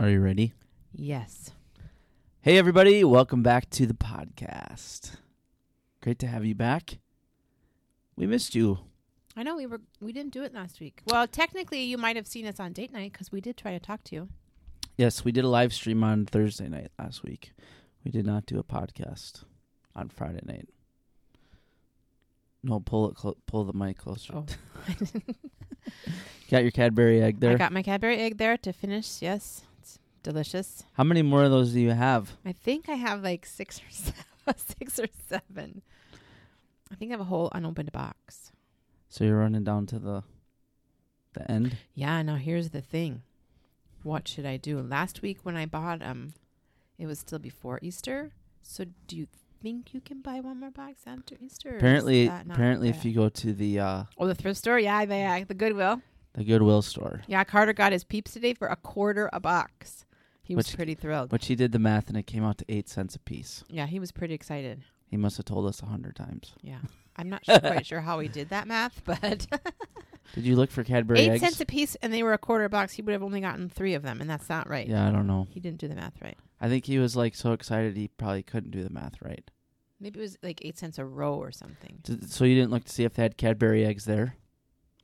Are you ready? Yes. Hey, everybody. Welcome back to the podcast. Great to have you back. We missed you. I know we were we didn't do it last week. Well, technically you might have seen us on date night cuz we did try to talk to you. Yes, we did a live stream on Thursday night last week. We did not do a podcast on Friday night. No, pull it, clo- pull the mic closer. Oh. Got your Cadbury egg I there. got my Cadbury egg there to finish. Yes. It's delicious. How many more of those do you have? I think I have like 6 or 7, 6 or 7. I think I have a whole unopened box. So you're running down to the the end. Yeah, now here's the thing. What should I do? Last week when I bought 'em, it was still before Easter. So do you think you can buy one more box after Easter? or is apparently, that not apparently, bad? if you go to the uh, Oh, the thrift store? Yeah, they, uh, the Goodwill. the Goodwill store, Yeah, Carter got his peeps today for a quarter a box. He was Which- pretty thrilled. but she did the math and it came out to eight cents a piece. yeah, he was pretty excited. He must have told us a hundred times. Yeah. I'm not sure, quite sure how he did that math, but Did you look for Cadbury eight eggs? cents a piece and they were a quarter box. He would have only gotten three of them, and that's not right. yeah, I don't know. He didn't do the math right. I think he was like so excited he probably couldn't do the math right. Maybe it was like eight cents a row or something. D- So you didn't look to see if they had Cadbury eggs there.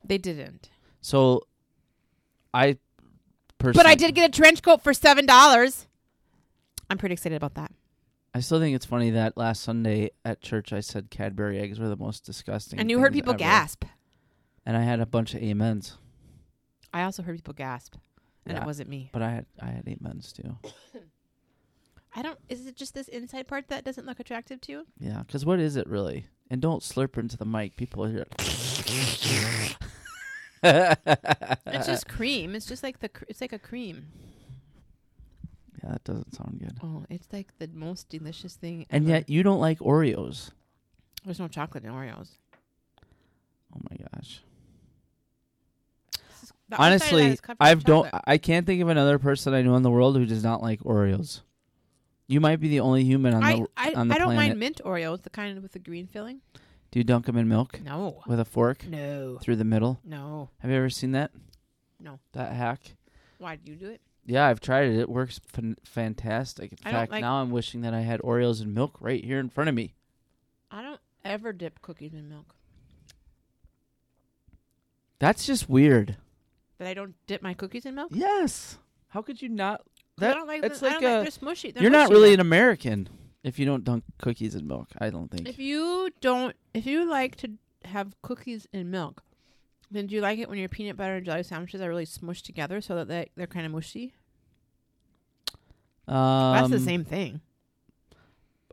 They didn't. So I personally, But I did get a trench coat for $7. I'm pretty excited about that. I still think it's funny that last Sunday at church I said Cadbury eggs were the most disgusting. And you heard things people ever. gasp. and I had a bunch of amens. I also heard people gasp, and Yeah. it wasn't me. But I had I had amens too. I don't. Is it just this inside part that doesn't look attractive to you? Yeah, because what is it really? And don't slurp into the mic. People hear. It's just cream. It's just like the. Cr- it's like a cream. yeah, that doesn't sound good. Oh, it's like the most delicious thing. And ever. yet you don't like Oreos. there's no chocolate in Oreos. Oh my gosh. This is- the outside of that Honestly, is covered in I've don't chocolate. I can't think of another person I know in the world who does not like Oreos. You might be the only human on I the I, on the I don't planet. mind mint Oreos, the kind with the green filling. Do you dunk them in milk No, with a fork no, through the middle? no. Have you ever seen that? No. That hack? Why do you do it? Yeah, I've tried it. It works fan- fantastic. In I don't fact, like- now I'm wishing that I had Oreos and milk right here in front of me. I don't ever dip cookies in milk, That's just weird. but I don't dip my cookies in milk. 'Cause Yes. How could you not? I That don't like. it's them- like I don't a- they're smushy. They're you're not mushy really then. an American if you don't dunk cookies in milk. I don't think. If you don't, if you like to have cookies and milk, then do you like it when your peanut butter and jelly sandwiches are really smushed together so that they, they're kind of mushy? Um, That's the same thing.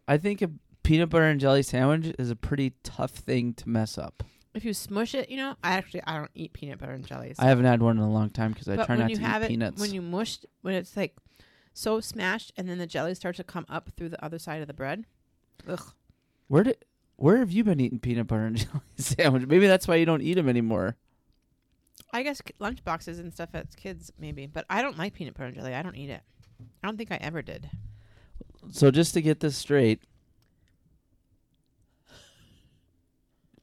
I think a peanut butter and jelly sandwich is a pretty tough thing to mess up. If you smush it, you know, I actually I don't eat peanut butter and jellies. I haven't had one in a long time because I but try when not you to have eat it, peanuts. when you mushed, when it's like so smashed, and then the jelly starts to come up through the other side of the bread. Ugh. where did where have you been eating peanut butter and jelly sandwich? Maybe that's why you don't eat them anymore. I guess k- lunch boxes and stuff as kids maybe, but I don't like peanut butter and jelly. I don't eat it. I don't think I ever did. So just to get this straight,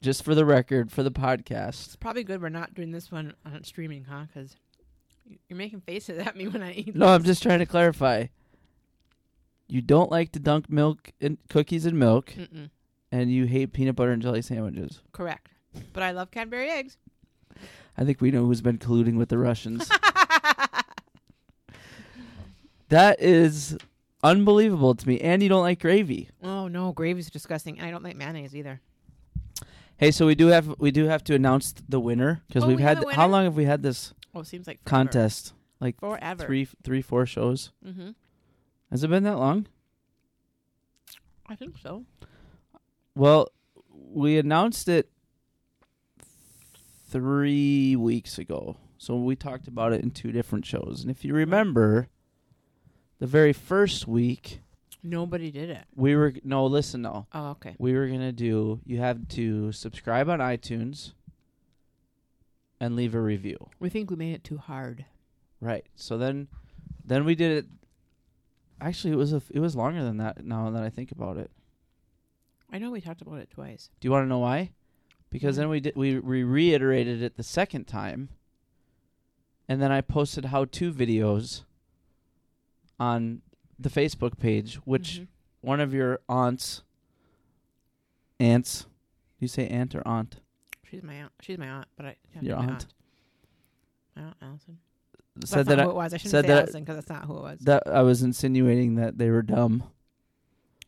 just for the record, for the podcast, It's probably good we're not doing this one on streaming, huh? Because you're making faces at me when I eat. No, I'm just trying to clarify. You don't like to dunk milk in cookies in milk, Mm-mm. and you hate peanut butter and jelly sandwiches. Correct. But I love Cadbury eggs. I think we know who's been colluding with the Russians. that is unbelievable to me. And you don't like gravy. oh no, gravy's disgusting, and I don't like mayonnaise either. Hey, so we do have we do have to announce the winner because Oh, we've we had have a how winner? long have we had this Oh, it seems like forever. contest? Like Forever. three three four shows. Mm-hmm. Has it been that long? I think so. Well, we announced it three weeks ago. So we talked about it in two different shows. And if you remember, the very first week, Nobody did it. we were no, listen now. Oh, okay. We were going to do you have to subscribe on iTunes and leave a review. We think we made it too hard. Right. So then then we did it Actually, it was a f it was longer than that now that I think about it. I know we talked about it twice. Do you want to know why? Because then we did we, we reiterated it the second time, and then I posted how to videos on the Facebook page, which Mhm. one of your aunts, aunts, you say aunt or aunt? she's my aunt. She's my aunt, but I yeah, Your my aunt. aunt. My aunt Allison. That's said not that I, who it was. I shouldn't said say that I- Allison because that's not who it was. that I was insinuating that they were dumb.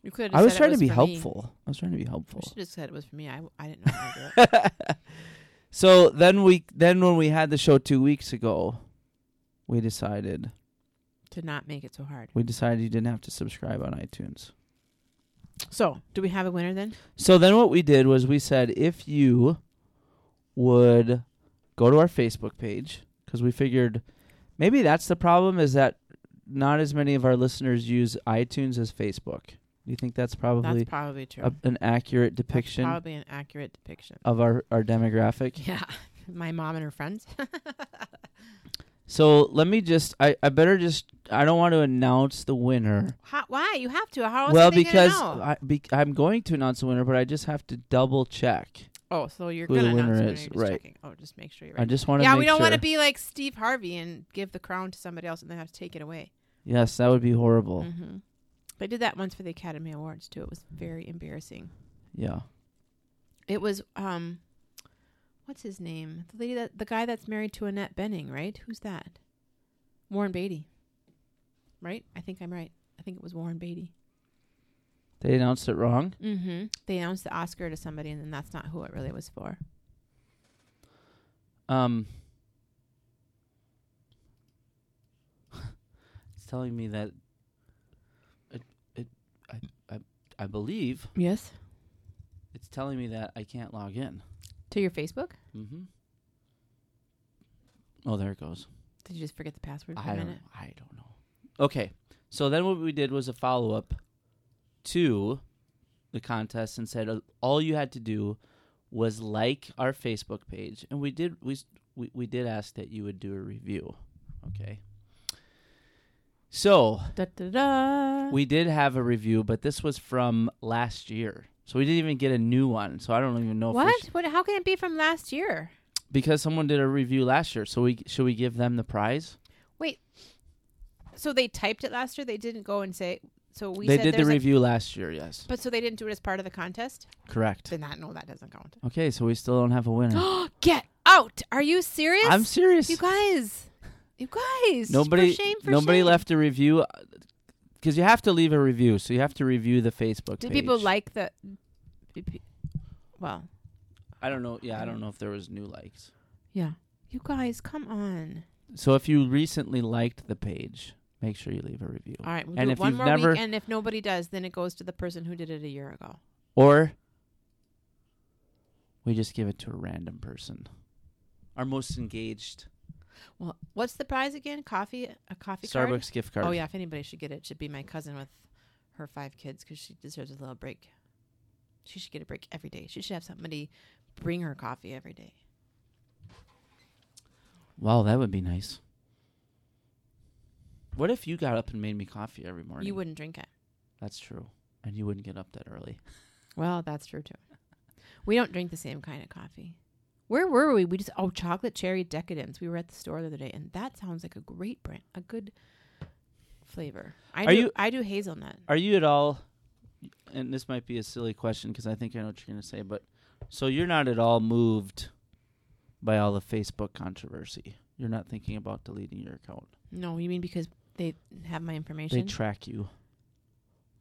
you could. I was trying to be helpful. I was trying to be I helpful. should have said it was for me. I, w- I didn't know. How to do it. so then we then when we had the show two weeks ago, we decided to not make it so hard. we decided you didn't have to subscribe on iTunes. So, do we have a winner then? So then what we did was we said if you would go to our Facebook page because we figured maybe that's the problem is that not as many of our listeners use iTunes as Facebook. Do you think that's probably That's probably true. a, an accurate That's depiction probably an accurate depiction. of our our demographic? Yeah, my mom and her friends. So let me just I, I better just I don't want to announce the winner. How, why you have to? How else well, are they because gonna know? I, be, I'm going to announce the winner, but I just have to double check. oh, so you're who the gonna announce winner the is, You're just right. checking. Oh, just make sure you're I right. just want to yeah, make we don't sure. want to be like Steve Harvey and give the crown to somebody else and then have to take it away. Yes, that would be horrible. Mm-hmm. They did that once for the Academy Awards too. It was very embarrassing. Yeah. It was um, what's his name? The lady that the guy that's married to Annette Benning, right? Who's that? Warren Beatty, right? I think I'm right. I think it was Warren Beatty. They announced it wrong. Mm-hmm. They announced the Oscar to somebody, and then that's not who it really was for. Um It's telling me that it it I I I believe Yes. it's telling me that I can't log in. To your Facebook? Mhm. Oh, there it goes. Did you just forget the password for I a don't, minute? I don't know. Okay. So then what we did was a follow up to the contest and said uh, all you had to do was like our Facebook page and we did we s- we, we did ask that you would do a review. Okay. So, Da da da. we did have a review, but this was from last year. So we didn't even get a new one. So I don't even know if we what? sh- What? How can it be from last year? because someone did a review last year. So we should we give them the prize? So they typed it last year. They didn't go and say. So we they said did the there's a- review last year, yes. but so they didn't do it as part of the contest. Correct. Then that no, that doesn't count. Okay, so we still don't have a winner. Get out! Are you serious? I'm serious. You guys, you guys. nobody, For shame, for nobody shame. left a review because you have to leave a review. So you have to review the Facebook. Did page. people like the? did pe- Well, I don't know. Yeah, I don't know if there was new likes. yeah. You guys, come on. So if you recently liked the page, make sure you leave a review. All right, we'll And do if it one you've more never- week, and if nobody does, then it goes to the person who did it a year ago. Or we just give it to a random person. Our most engaged Well, what's the prize again? Coffee, a coffee Starbucks card. gift card. Oh yeah, if anybody should get it, it should be my cousin with her five kids because she deserves a little break. She should get a break every day. She should have somebody bring her coffee every day. Wow, that would be nice. What if you got up and made me coffee every morning? You wouldn't drink it. That's true. And you wouldn't get up that early. Well, that's true too. We don't drink the same kind of coffee. Where were we? We just oh chocolate cherry decadence. We were at the store the other day, and that sounds like a great brand, a good flavor. I Are do, you- I do hazelnut. Are you at all? And this might be a silly question because I think I know what you're going to say, but so you're not at all moved by all the Facebook controversy. You're not thinking about deleting your account. No, you mean because they have my information? They track you.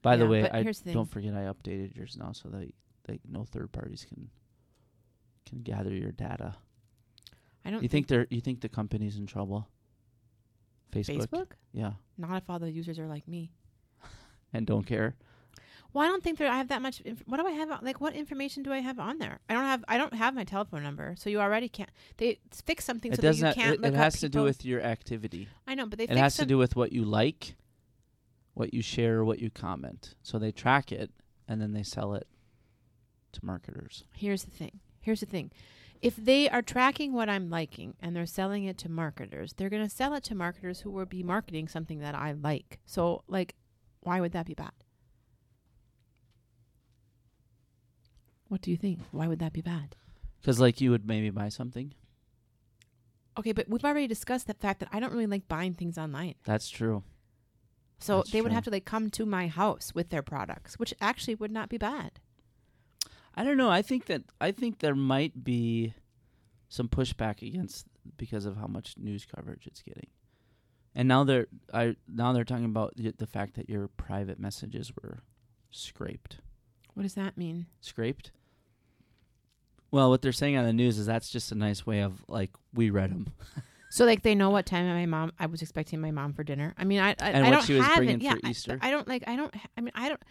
By the Yeah, way, but I here's the thing. don't forget I updated yours now, so that like no third parties can can gather your data. I don't You think they're you think the company's in trouble? Facebook, Facebook? yeah, Not if all the users are like me. and don't care. Well, I don't think that I have that much. Inf- what do I have? on- Like, what information do I have on there? I don't have. I don't have my telephone number, so you already can't. They fix something It so that does you not. can't It, look it up has to do people. with your activity. I know, but they It fix has to some- do with what you like, what you share, what you comment. So they track it and then they sell it to marketers. Here's the thing. Here's the thing. If they are tracking what I'm liking and they're selling it to marketers, they're going to sell it to marketers who will be marketing something that I like. So, like, why would that be bad? What do you think? Why would that be bad? Because like you would maybe buy something. Okay, but we've already discussed the fact that I don't really like buying things online. That's true. So That's they would true. have to like come to my house with their products, which actually would not be bad. I don't know. I think that I think there might be some pushback against because of how much news coverage it's getting. And now they're I now they're talking about the, the fact that your private messages were scraped. What does that mean? Scraped? Well, what they're saying on the news is that's just a nice way of like we read them. So like they know what time my mom I was expecting my mom for dinner. I mean I I, And I what don't she was have bringing it. Yeah, for I- Easter. I, don't like I don't I mean I don't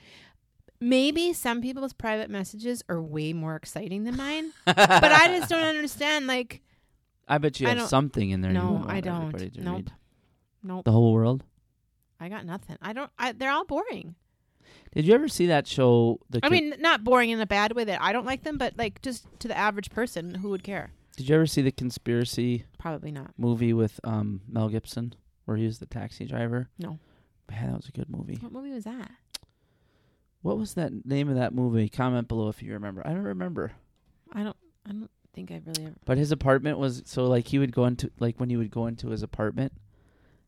maybe some people's private messages are way more exciting than mine, but but I just don't understand like I bet you I have don't- something in there. you no, wouldn't I want everybody don't. to Nope. read. Nope. The whole world. I got nothing. I don't I they're all boring. Did you ever see that show? The I Ca- mean not boring in a bad way that I don't like them, but like just to the average person who would care. did you ever see the conspiracy? Probably not. movie with um Mel Gibson where he was the taxi driver? No. Man, that was a good movie. What movie was that? What was that name of that movie? Comment below if you remember. I don't remember. I don't I don't think I really ever But his apartment was so like he would go into like when he would go into his apartment,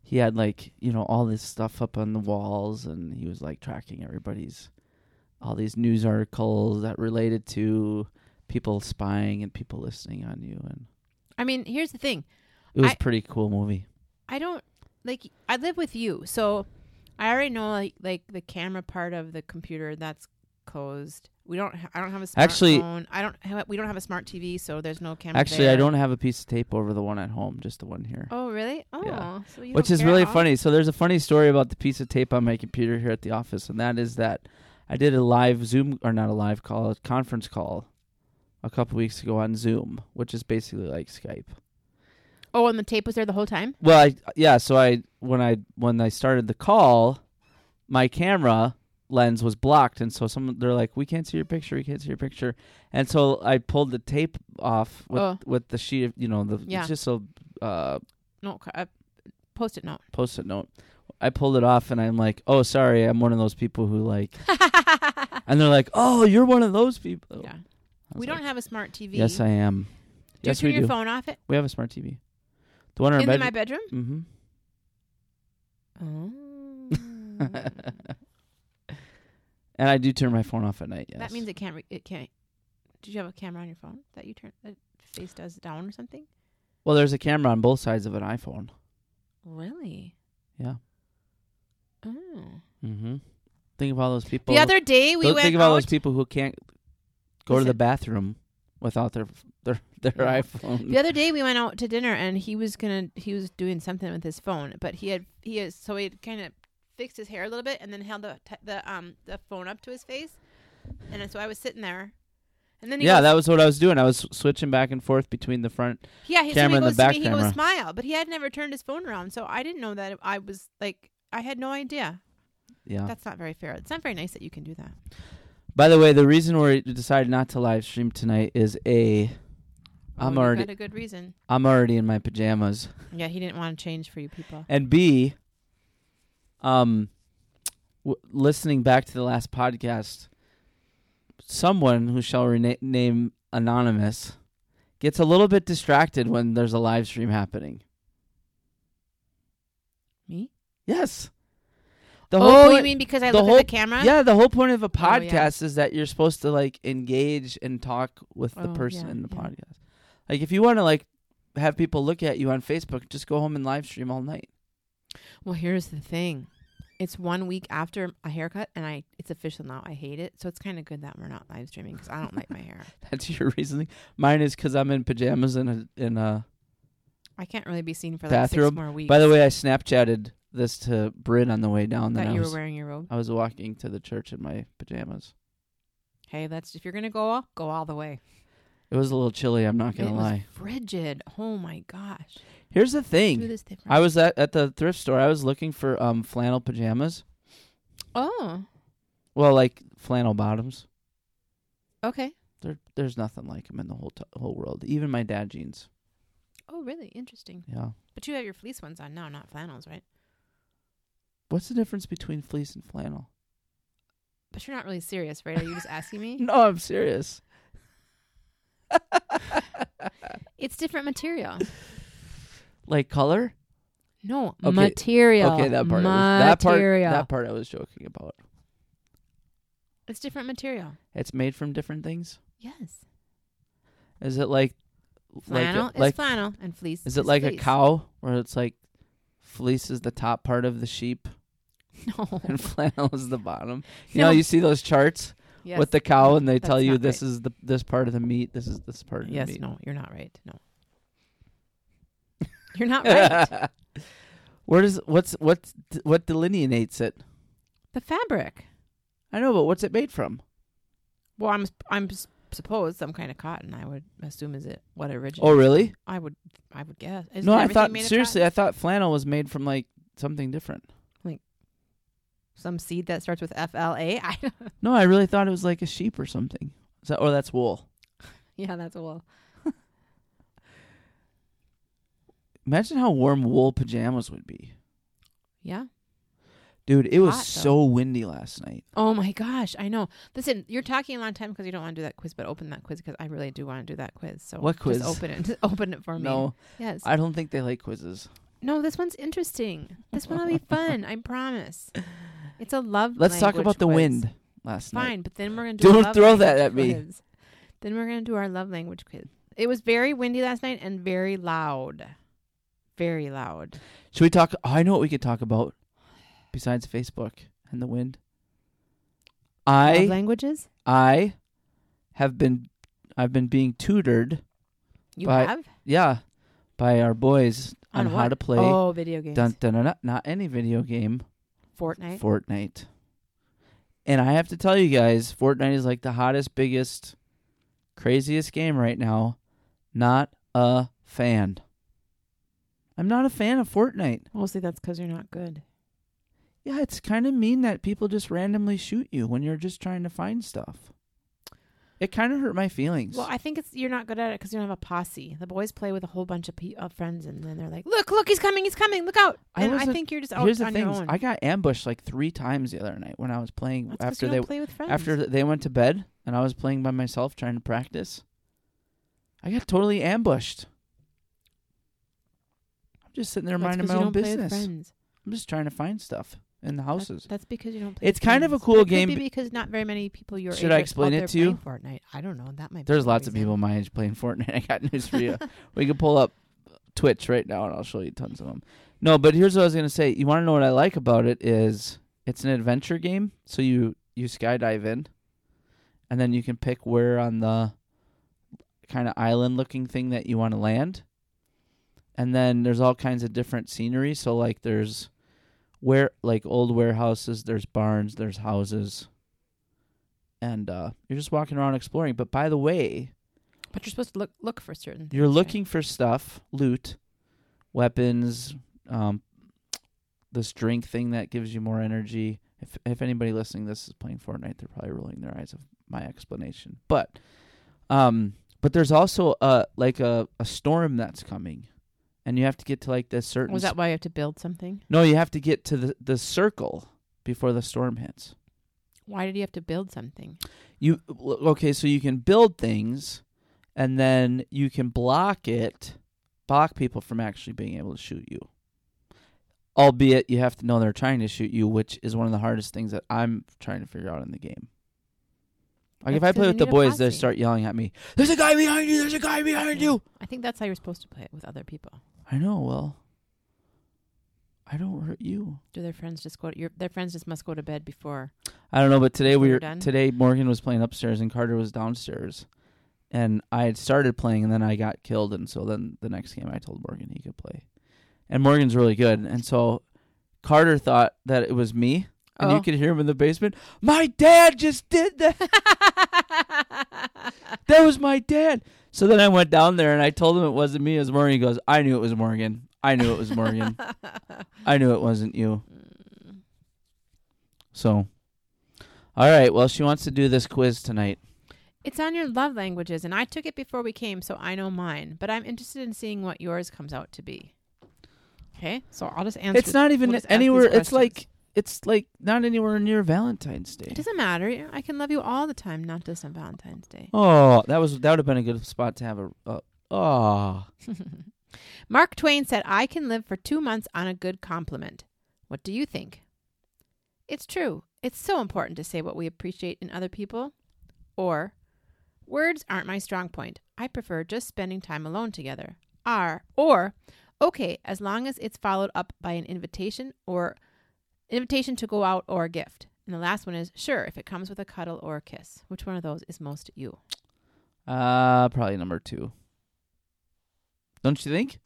he had like, you know, all this stuff up on the walls and he was like tracking everybody's all these news articles that related to people spying and people listening on you and I mean, here's the thing. it was I- pretty cool movie. I don't like I live with you, so I already know like like the camera part of the computer that's closed. We don't. Ha- I don't have a smartphone. Actually- I don't. Have, we don't have a smart TV, so there's no camera. Actually, I there. don't have a piece of tape over the one at home, just the one here. Oh really? Oh, Yeah. so you which don't is care at really all? funny. So there's a funny story about the piece of tape on my computer here at the office, and that is that I did a live Zoom or not a live call, a conference call a couple weeks ago on Zoom, which is basically like Skype. Oh, and the tape was there the whole time. Well, I yeah, so I when I when I started the call, my camera lens was blocked and so some they're like we can't see your picture we can't see your picture and so i pulled the tape off with Oh. with the sheet of you know the Yeah. it's just a uh No, c- uh, post-it note. post-it note. I pulled it off and I'm like, "Oh, sorry, I'm one of those people who like." And they're like, "Oh, you're one of those people." yeah. I was We don't like, have a smart TV. Yes, I am. do yes, you turn we your do. phone off it We have a smart TV. The one in our in bed. my bedroom? mm-hmm. Oh. mm-hmm. and I do turn my phone off at night. Yes. That means it can't. Re- it can't. Did you have a camera on your phone that you turn that face does down or something? well, there's a camera on both sides of an iPhone. Really? Yeah. Oh. Mm-hmm. Think of all those people. the other day we Don't went think of all out- those people who can't go to Listen. the bathroom without their their their Yeah. iPhone. The other day we went out to dinner and he was gonna he was doing something with his phone, but he had he is so he kind of fixed his hair a little bit and then held the t- the um the phone up to his face, and then- so I was sitting there, and then he yeah, goes, that was what I was doing. I was switching back and forth between the front yeah he, so camera and he the goes to back me he camera. goes smile, but he had never turned his phone around, so I didn't know that I was like I had no idea. Yeah. That's not very fair. It's not very nice that you can do that. By the way, the reason we decided not to live stream tonight is a I'm Oh, you already- got a good reason. I'm already in my pajamas, Yeah, he didn't want to change for you people. and b um w- listening back to the last podcast, someone who shall rena- name anonymous gets a little bit distracted when there's a live stream happening. Me? Yes. The oh, whole you mean because I the look whole- at the camera? yeah, the whole point of a Oh, podcast yeah. is that you're supposed to like engage and talk with the Oh, person yeah, in the yeah. podcast. Like if you want to like have people look at you on Facebook, just go home and live stream all night. Well, here's the thing. It's one week after a haircut, and I it's official now. I hate it, so it's kind of good that we're not live streaming because I don't like my hair. That's your reasoning. Mine is because I'm in pajamas and a, in a. I can't really be seen for like Bathrobe. six more weeks. By the way, I Snapchatted this to Bryn on the way down. That that I you were was, wearing your robe. I was walking to the church in my pajamas. Hey, that's if you're gonna go, all- go all the way. It was a little chilly. I'm not it gonna was lie. frigid. Oh my gosh. Here's the Do thing. this different. I was at, at the thrift store. I was looking for um flannel pajamas. oh, Well, like flannel bottoms. okay. There, there's nothing like him in the whole t- whole world. Even my dad jeans. Oh, really interesting. Yeah. But you have your fleece ones on now, not flannels, right? What's the difference between fleece and flannel? But you're not really serious, right? Are you just asking me? No, I'm serious. It's different material. Like color? No, Okay. material. Okay, that part. I was- Material. that part. That part. I was joking about. It's different material. It's made from different things. Yes. Is it like Flannel like is like flannel and fleece. is it like a fleece. cow where it's like fleece is the top part of the sheep No. and flannel is the bottom? You No. know, you see those charts Yes. with the cow, and they tell That's you not this right. is the this part of the meat, this is this part of Yes, the meat. no, you're not right. No. You're not right. Where does what's what's what delineates it? the fabric. I know, but what's it made from? Well, I'm I'm s- suppose some kind of cotton. I would assume is it what originates. Oh, really? I would I would guess. Isn't no, I everything thought made of seriously, cotton? I thought flannel was made from like something different. some seed that starts with F L A. I don't. No, I really thought it was like a sheep or something. Is that, or that's wool. Yeah, that's all. Imagine how warm wool pajamas would be, Yeah. dude. It was Hot, though. so windy last night. Oh my gosh, I know. Listen, you're talking a long time because you don't want to do that quiz, but open that quiz because I really do want to do that quiz. So What quiz? Just open it. Just open it for me. No, Yes. I don't think they like quizzes. no, this one's interesting. This one will be fun. I promise. It's a love. Let's talk language about the quiz. wind last night. Fine, but then we're gonna do. a Don't love throw that language at me. quiz. Then we're gonna do our love language quiz. It was very windy last night and very loud. Very loud. Should we talk? Oh, I know what we could talk about besides Facebook and the wind. love I languages? I have been I've been being tutored. You But- have Yeah, by our boys on, how what? to play. Oh, video games. Dun, dun, dun, dun, not any video game. Fortnite. Fortnite. And I have to tell you guys, Fortnite is like the hottest, biggest, craziest game right now. Not a fan. I'm not a fan of Fortnite. Mostly that's because you're not good. Yeah, it's kind of mean that people just randomly shoot you when you're just trying to find stuff. It kind of hurt my feelings. Well, I think it's you're not good at it because you don't have a posse. The boys play with a whole bunch of, pe- of friends, and then they're like, "Look, look, he's coming, he's coming, look out!" I And I, wasn't- think you're just out Here's the on thing: your is own. I got ambushed like three times the other night when I was playing That's 'cause after you they don't play with friends. after th- they went to bed and I was playing by myself trying to practice, I got totally ambushed. I'm just sitting there That's minding 'cause my you own don't play with business. friends. I'm just trying to find stuff in the That- houses. that's because you don't play. It's with kind of a friends. cool That could game, be but- because not very many people your Should age I are explain out it there to you? playing Fortnite. I don't know. That might. There's be the lots of reason. people my age playing Fortnite. I got news for you. we can pull up Twitch right now and I'll show you tons of them. No, but here's what I was gonna say. You want to know what I like about it is it's an adventure game, so you you skydive in, and then you can pick where on the kind of island looking thing that you want to land, and then there's all kinds of different scenery. So like there's where like old warehouses, there's barns, there's houses, and uh, you're just walking around exploring. But by the way, But you're supposed to look look for certain. you're things, right? looking for stuff, loot, weapons, um, this drink thing that gives you more energy. If if anybody listening to this is playing Fortnite, they're probably rolling their eyes of my explanation. But um but there's also a like a, a storm that's coming. And you have to get to like this certain Was that why you have to build something? No, you have to get to the, the circle before the storm hits. Why did you have to build something? You w- okay? So you can build things, and then you can block it, block people from actually being able to shoot you. Albeit, you have to know they're trying to shoot you, which is one of the hardest things that I'm trying to figure out in the game. Like if That's I 'cause play you with the need a boys, they posse. start yelling at me. There's a guy behind you. There's a guy behind Yeah. you. I think that's how you're supposed to play it with other people. I know. Well, I don't hurt you. Do their friends just go? To, your their friends just must go to bed before. I don't know, but today we You're were done? today Morgan was playing upstairs and Carter was downstairs, and I had started playing and then I got killed and so then the next game I told Morgan he could play, and Morgan's really good and so Carter thought that it was me and Oh. you could hear him in the basement. My dad just did that. That was my dad. So then I went down there and I told him it wasn't me. It was Morgan. He goes, I knew it was Morgan. I knew it was Morgan. I knew it wasn't you. So, all right. Well, she wants to do this quiz tonight. It's on your love languages, and I took it before we came, so I know mine. But I'm interested in seeing what yours comes out to be. Okay, so I'll just answer. It's not even we'll just ask these anywhere. It's questions. like it's like not anywhere near Valentine's Day. It doesn't matter. I can love you all the time, not just on Valentine's Day. Oh, that was that would have been a good spot to have a. Uh, oh, Mark Twain said, I can live for two months on a good compliment. What do you think? It's true. It's so important to say what we appreciate in other people. Or, words aren't my strong point. I prefer just spending time alone together. Are, or, okay, as long as it's followed up by an invitation or invitation to go out or a gift. And the last one is, sure, if it comes with a cuddle or a kiss. Which one of those is most you? Uh, probably number two. Don't you think?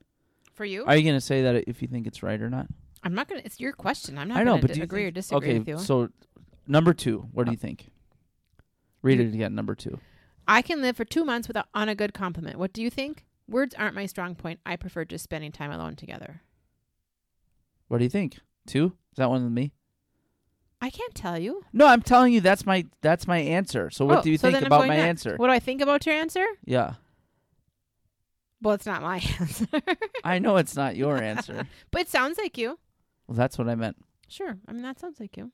For you? Are you gonna say that if you think it's right or not? I'm not gonna. It's your question. I'm not. I know, gonna but d- do you agree think- or disagree okay, with you. so number two. What do Oh. you think? Read Do- it again. Number two. I can live for two months without on a good compliment. What do you think? Words aren't my strong point. I prefer just spending time alone together. What do you think? Two? Is that one of me? I can't tell you. No, I'm telling you that's my that's my answer. So what Oh, do you so think then I'm about going my next. answer? What do I think about your answer? Yeah. Well, it's not my answer, I know it's not your answer. but it sounds like you. well, that's what I meant. Sure. I mean, that sounds like you.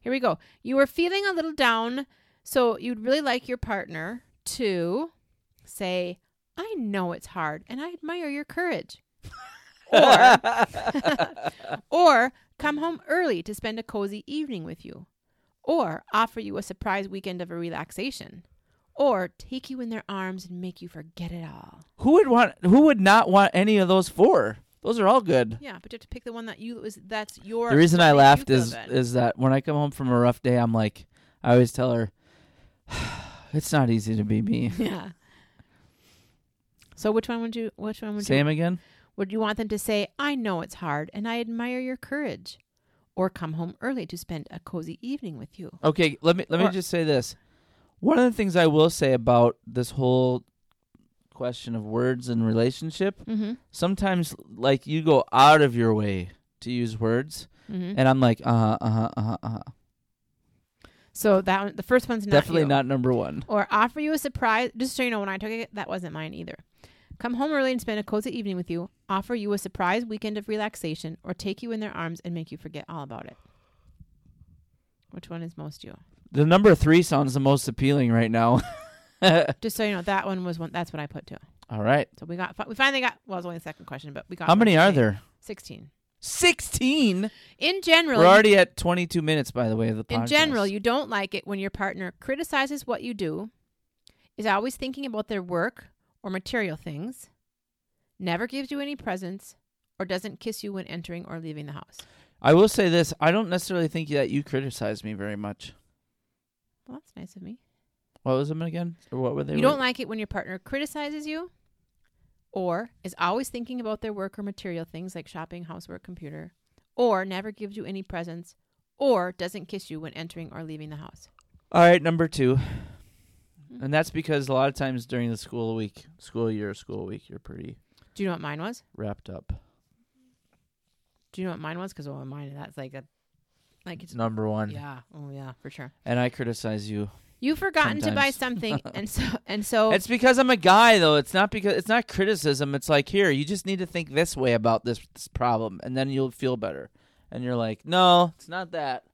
Here we go. You were feeling a little down, so you'd really like your partner to say, I know it's hard and I admire your courage. or, or come home early to spend a cozy evening with you. Or offer you a surprise weekend of a relaxation. Or take you in their arms and make you forget it all. Who would want who would not want any of those four? Those are all good. Yeah, but you have to pick the one that you is that's your the reason I that you laughed feel is good. is that when I come home from a rough day, I'm like, I always tell her, it's not easy to be me. Yeah. So which one would you which one would you Same again. Would you want them to say, I know it's hard and I admire your courage? Or come home early to spend a cozy evening with you? Okay, let me let me Or- just say this. One of the things I will say about this whole question of words and relationship, Mm sometimes like you go out of your way to use words, hmm. Mm hmm. and I'm like, uh huh, uh huh, uh huh, uh-huh. So that one, the first one's not definitely you. not number one. Or offer you a surprise. Just so you know, when I took it, that wasn't mine either. Come home early and spend a cozy evening with you. Offer you a surprise weekend of relaxation, or take you in their arms and make you forget all about it. Which one is most you? The number three sounds the most appealing right now. All Just so you know, that one was one. That's what I put too. right, So we got. fi- We finally got. Well, it's only the second question, but we got. how one many to are say. there? Sixteen. Sixteen. In general, We're you already at twenty-two minutes, by the way. Of the podcast. In general, you don't like it when your partner criticizes what you do, is always thinking about their work or material things, never gives you any presents, or doesn't kiss you when entering or leaving the house. I will say this: I don't necessarily think that you criticize me very much. Well, that's nice of me. What was them again? Or what were they? you don't like it when your partner criticizes you or is always thinking about their work or material things like shopping, housework, computer, or never gives you any presents or doesn't kiss you when entering or leaving the house. All right, number two, Mm-hmm. and that's because a lot of times during the school week, school year, school week, you're pretty Do you know what mine was? wrapped up. Do you know what mine was? Because oh, mine that's like a like it's It's number one, Yeah. Oh yeah, for sure. and I criticize you. You've forgotten to buy Sometimes. something and so and so It's because I'm a guy, though. It's not because it's not criticism. It's like here, you just need to think this way about this, this problem, and then you'll feel better. And you're like, no, it's not that.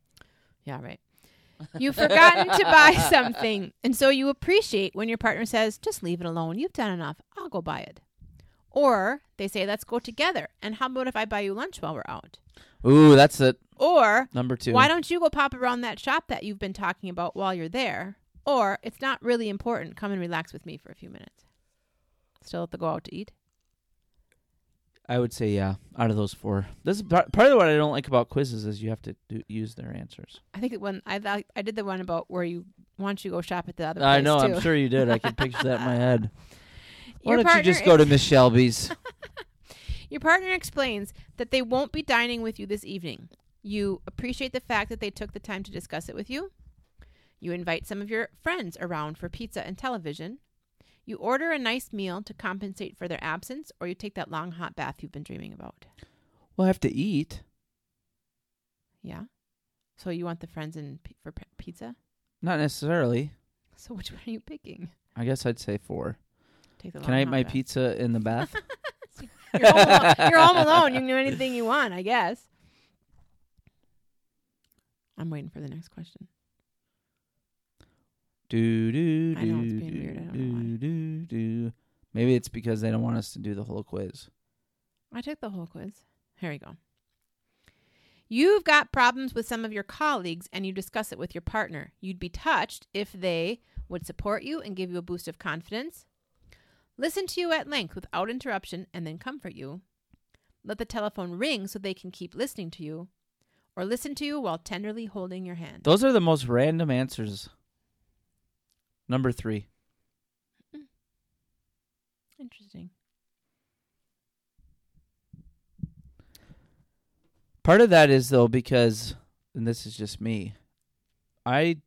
Yeah, right. You've forgotten to buy something. And so you appreciate when your partner says, "Just leave it alone. You've done enough. I'll go buy it." Or they say, "Let's go together." And how about if I buy you lunch while we're out? Ooh, that's it. Or Number two. why don't you go pop around that shop that you've been talking about while you're there? Or it's not really important. Come and relax with me for a few minutes. Still have to go out to eat. I would say yeah. Out of those four, this is part, part of what I don't like about quizzes is you have to do, use their answers. I think the one I thought- I did the one about where you why don't you go shop at the other. I place, know. too. I'm sure you did. I can picture that in my head. Why Your don't you partner just go to Miss Shelby's? Your partner explains that they won't be dining with you this evening. You appreciate the fact that they took the time to discuss it with you. You invite some of your friends around for pizza and television. You order a nice meal to compensate for their absence, or you take that long hot bath you've been dreaming about. Well, I have to eat. Yeah. So you want the friends and pi- for p- pizza? Not necessarily. So which one are you picking? I guess I'd say four. Take the Can I eat hot my bath. pizza in the bath? You're home, alone. You're home alone. You can do anything you want, I guess. I'm waiting for the next question. do do I know it's do, being do, weird, I don't know do, why. do do. Maybe it's because they don't want us to do the whole Mm. quiz. I took the whole quiz. Here we go. You've got problems with some of your colleagues and you discuss it with your partner. You'd be touched if they would support you and give you a boost of confidence, listen to you at length without interruption, and then comfort you. Let the telephone ring so they can keep listening to you, or listen to you while tenderly holding your hand. Those are the most random answers. Number three. Interesting. Part of that is though because, and this is just me, I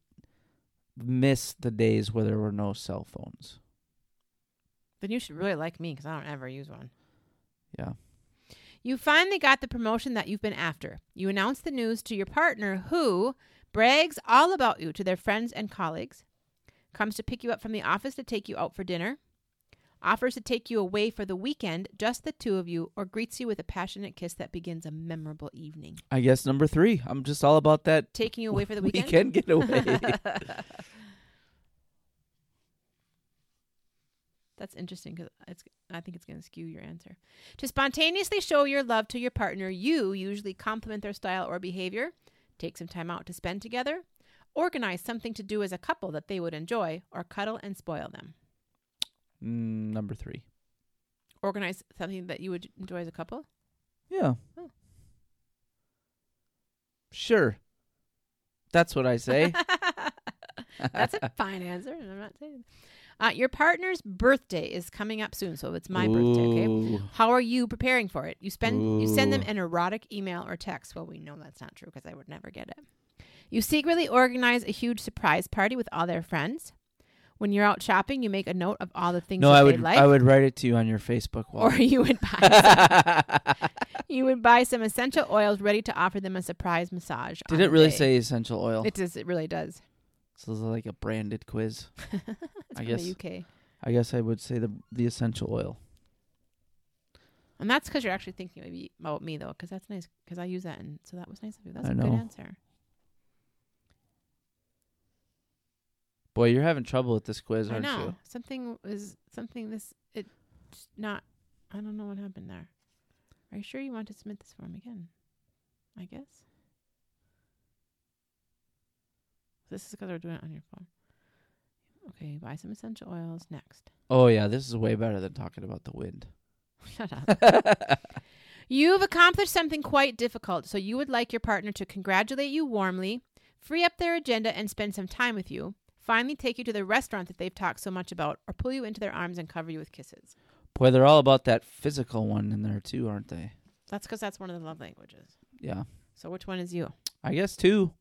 miss the days where there were no cell phones. Then you should really like me because I don't ever use one. Yeah. You finally got the promotion that you've been after. You announce the news to your partner, who brags all about you to their friends and colleagues, comes to pick you up from the office to take you out for dinner, offers to take you away for the weekend, just the two of you, or greets you with a passionate kiss that begins a memorable evening. I guess number three. I'm just all about that. Taking you away for the We weekend? can get away. That's interesting because it's. I think it's going to skew your answer. To spontaneously show your love to your partner, you usually compliment their style or behavior, take some time out to spend together, organize something to do as a couple that they would enjoy, or cuddle and spoil them. Mm, number three. Organize something that you would enjoy as a couple. Yeah. Oh. Sure. That's what I say. That's a fine answer, and I'm not saying. Uh, your partner's birthday is coming up soon, so it's my birthday. Okay. Ooh. How are you preparing for it? You spend you send them Ooh. an erotic email or text. Well, we know that's not true because I would never get it. You secretly organize a huge surprise party with all their friends. When you're out shopping, you make a note of all the things No, that I they would like, I would write it to you on your Facebook wall. or you would buy you would buy some essential oils ready to offer them a surprise massage. Did on it the really day. say essential oil? It does. It really does. so this is like a branded quiz. It's I from guess the UK, I guess I would say the the essential oil. and that's because you're actually thinking maybe about me though, because that's nice. Because I use that, and so that was nice of you. That's I a know. good answer. Boy, you're having trouble with this quiz, I aren't know you? something was something. This it just not. I don't know what happened there. Are you sure you want to submit this form again? I guess. This is because we're doing it on your phone. Okay, buy some essential oils next. Oh yeah, this is way better than talking about the wind. Shut up. You've accomplished something quite difficult, so you would like your partner to congratulate you warmly, free up their agenda, and spend some time with you. Finally, take you to the restaurant that they've talked so much about, or pull you into their arms and cover you with kisses. Boy, they're all about that physical one in there too, aren't they? That's because that's one of the love languages. Yeah, So which one is you? I guess two.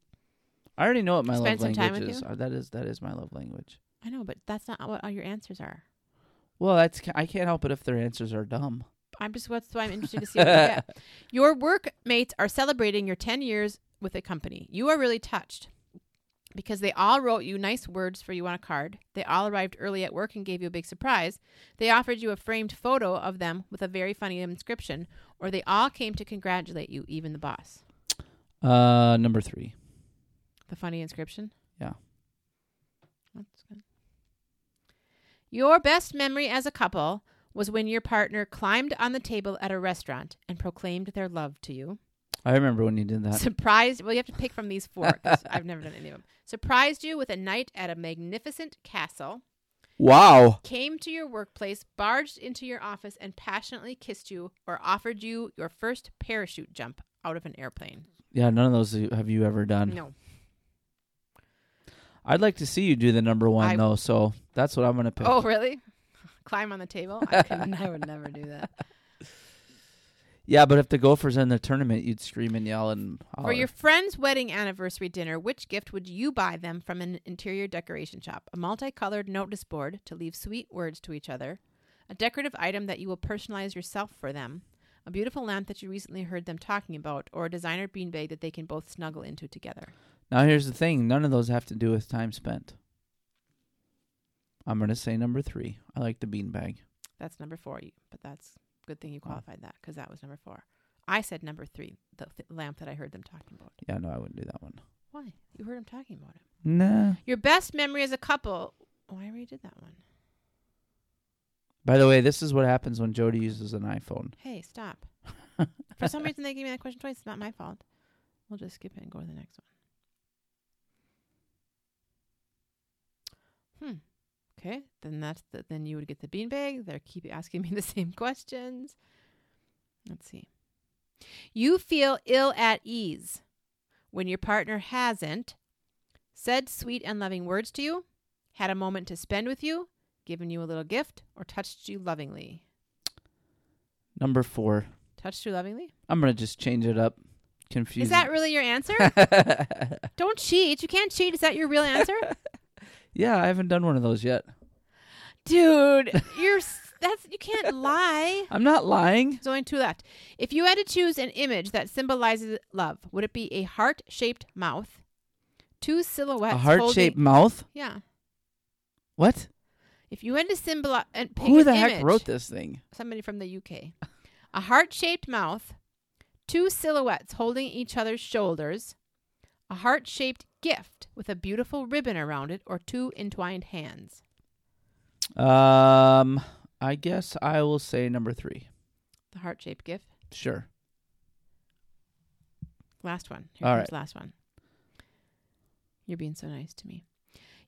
I already know what my Spend love some time language with is. you? Uh, That is that is my love language. I know, but that's not what all your answers are. Well, that's ca- I can't help it if their answers are dumb. I'm just that's why I'm interested to see what you get. Your workmates are celebrating your 10 years with the company. You are really touched because they all wrote you nice words for you on a card. They all arrived early at work and gave you a big surprise. They offered you a framed photo of them with a very funny inscription, or they all came to congratulate you, even the boss. Uh, number three. The funny inscription? Yeah. That's good. Your best memory as a couple was when your partner climbed on the table at a restaurant and proclaimed their love to you. I remember when you did that. Surprised, well, you have to pick from these four 'cause I've never done any of them. Surprised you with a night at a magnificent castle, Wow. came to your workplace, barged into your office, and passionately kissed you or offered you your first parachute jump out of an airplane. Yeah, none of those have you ever done. No. I'd like to see you do the number one I- though, so that's what I'm gonna pick. Oh, really? Climb on the table? I, couldn't, I would never do that. Yeah, but if the Gophers in the tournament, you'd scream and yell and For holler. your friend's wedding anniversary dinner, which gift would you buy them from an interior decoration shop? A multicolored notice board to leave sweet words to each other, a decorative item that you will personalize yourself for them, a beautiful lamp that you recently heard them talking about, or a designer beanbag that they can both snuggle into together. now here's the thing: none of those have to do with time spent. I'm gonna say number three. I like the beanbag. That's number four, you- but that's good thing you qualified that because that was number four. I said number three, the th- lamp that I heard them talking about. Yeah, no, I wouldn't do that one. Why? You heard them talking about it. Nah. Your best memory as a couple. Oh, I already did that one. By the way, this is what happens when Jody uses an iPhone. Hey, stop. For some reason, they gave me that question twice. It's not my fault. We'll just skip it and go to the next one. Hmm. Okay. Then that's the, then you would get the beanbag. They keep asking me the same questions. Let's see. You feel ill at ease when your partner hasn't said sweet and loving words to you, had a moment to spend with you, given you a little gift, or touched you lovingly. Number four. Touched you lovingly? I'm gonna just change it up. Confuse. Is that really your answer? Don't cheat. You can't cheat. Is that your real answer? yeah, I haven't done one of those yet. Dude, you're s- that's you can't lie. I'm not lying. There's only two left. If you had to choose an image that symbolizes love, would it be a heart-shaped mouth, two silhouettes, a heart shaped mouth. holding- Yeah. What? If you had to symbolize and pick Who an the image- heck wrote this thing? Somebody from the UK. A heart-shaped mouth, two silhouettes holding each other's shoulders, a heart-shaped gift with a beautiful ribbon around it, or two entwined hands. Um, I guess I will say number three. The heart-shaped gift. Sure. Last one. Here All comes right. last one. You're being so nice to me.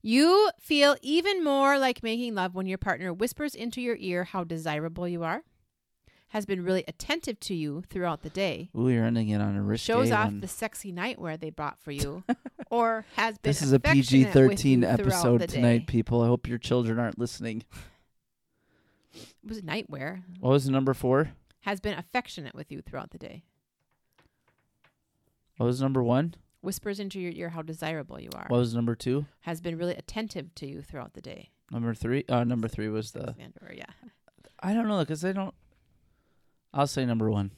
You feel even more like making love when your partner whispers into your ear how desirable you are, has been really attentive to you throughout the day, Ooh, you're ending it on a risque shows off one. the sexy nightwear they brought for you, or has been This is a PG affectionate with you thirteen throughout the episode day. tonight, people. I hope your children aren't listening. It was nightwear. What was number four? Has been affectionate with you throughout the day. What was number one? Whispers into your ear how desirable you are. What was number two? has been really attentive to you throughout the day. Number three. Uh, number three was the. Xander, yeah. I don't know because I don't. I'll say number one.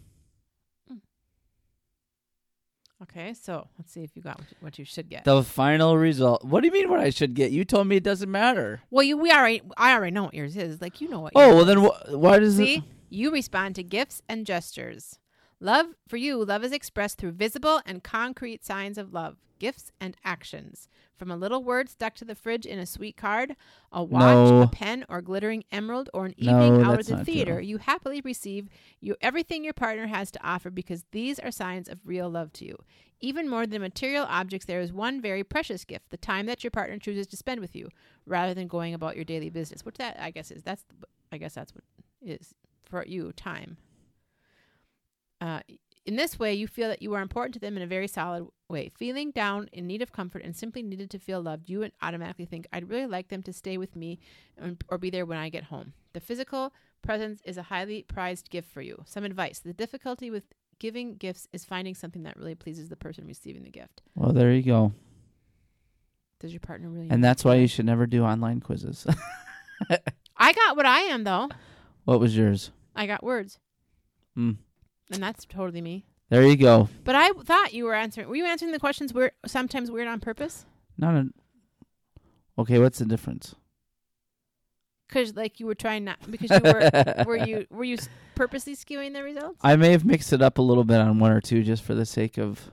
Okay, so let's see if you got what you, what you should get. The final result. What do you mean? What I should get? You told me it doesn't matter. well, you we already I already know what yours is. Like you know what. Oh yours well, then wh- why is. does it? see, you respond to gifts and gestures. Love for you, love is expressed through visible and concrete signs of love, gifts and actions. From a little word stuck to the fridge in a sweet card, a watch, No. a pen, or glittering emerald, or an No, evening out at that's the not true. theater, you happily receive you everything your partner has to offer because these are signs of real love to you. Even more than material objects, there is one very precious gift: the time that your partner chooses to spend with you, rather than going about your daily business. Which that I guess is that's I guess that's what is for you time. Uh, in this way, you feel that you are important to them in a very solid way. Feeling down, in need of comfort, and simply needed to feel loved, you would automatically think, I'd really like them to stay with me and, or be there when I get home. The physical presence is a highly prized gift for you. Some advice The difficulty with giving gifts is finding something that really pleases the person receiving the gift. Well, there you go. Does your partner really? And that's why you should never do online quizzes. I got what I am, though. what was yours? I got words. Hmm. And that's totally me. There you go. But I thought you were answering. Were you answering the questions weird, sometimes weird on purpose? Not a. Okay, what's the difference? Because like you were trying not because you were were you were you s- purposely skewing the results? I may have mixed it up a little bit on one or two just for the sake of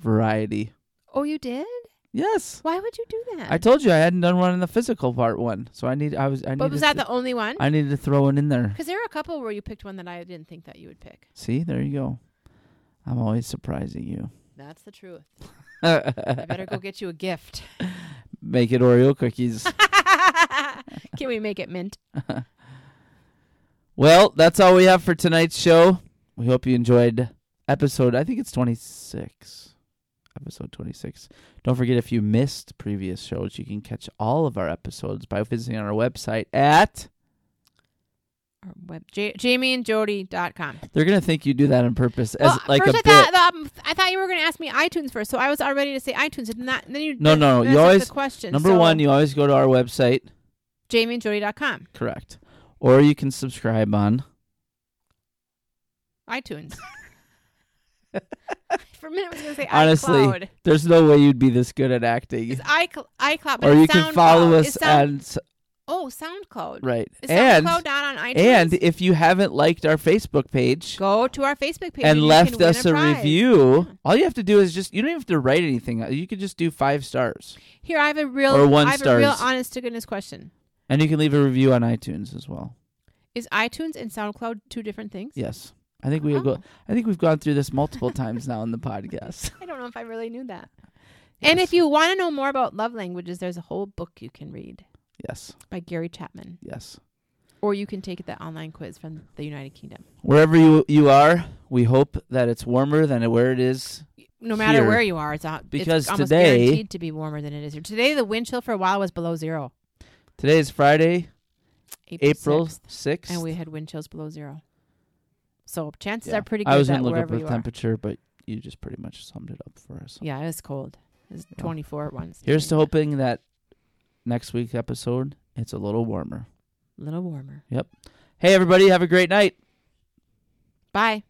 variety. Oh, you did. Yes. Why would you do that? I told you I hadn't done one in the physical part one, so I need I was I but needed was that to, the only one? I needed to throw one in there. Because there were a couple where you picked one that I didn't think that you would pick. See, there you go. I'm always surprising you. That's the truth. I Make better go get you a gift. it Oreo cookies. Can we make it mint? well, that's all we have for tonight's show. We hope you enjoyed episode. I think it's 26. Episode 26. Don't forget if you missed previous shows, you can catch all of our episodes by visiting our website at Or web J- jamieandjody.com. They're going to think you do that on purpose as well, like a first bit. I thought um, I thought you were going to ask me iTunes first, so I was already to say iTunes, and not, then you No, no, then you I said always- the question. Number so, 1, you always go to our website, jamieandjody.com, correct. Or you can subscribe on iTunes. For a minute, I was going to say Honestly, iCloud. There's no way you'd be this good at acting. It's iCl- iCloud, but Or it's you can follow SoundCloud. us It's Sound- on s- oh SoundCloud. right. Is And SoundCloud not on iTunes? and if you haven't liked our Facebook page, go to our Facebook page and you left can win us a, prize. review, all you have to do is just you don't have to write anything. Uh, You could just do five stars, Here, I have a real, Or one I have a real stars. honest to goodness question. and you can leave a review on iTunes as well. Is iTunes and SoundCloud two different things? Yes. I think we will go Oh. I think we've gone through this multiple times now in the podcast. I don't know if I really knew that. And Yes. if you want to know more about love languages, there's a whole book you can read Yes. by Gary Chapman, Yes. or you can take the online quiz from the United Kingdom. Wherever you you are, we hope that it's warmer than where it is. No matter Here. where you are, it's, out, Because it's almost today- guaranteed to be warmer than it is here. Today, the wind chill for a while was below zero. Today is Friday, April 6th, 6th. and we had wind chills below zero. So chances Yeah. are pretty good I was that gonna look up wherever the you are, temperature, but you just pretty much summed it up for us. yeah, it was cold. It was Yeah. 24 at once. Oh. Here's to hoping that next week's episode it's a little warmer. A little warmer. Hey everybody, have a great night. Bye.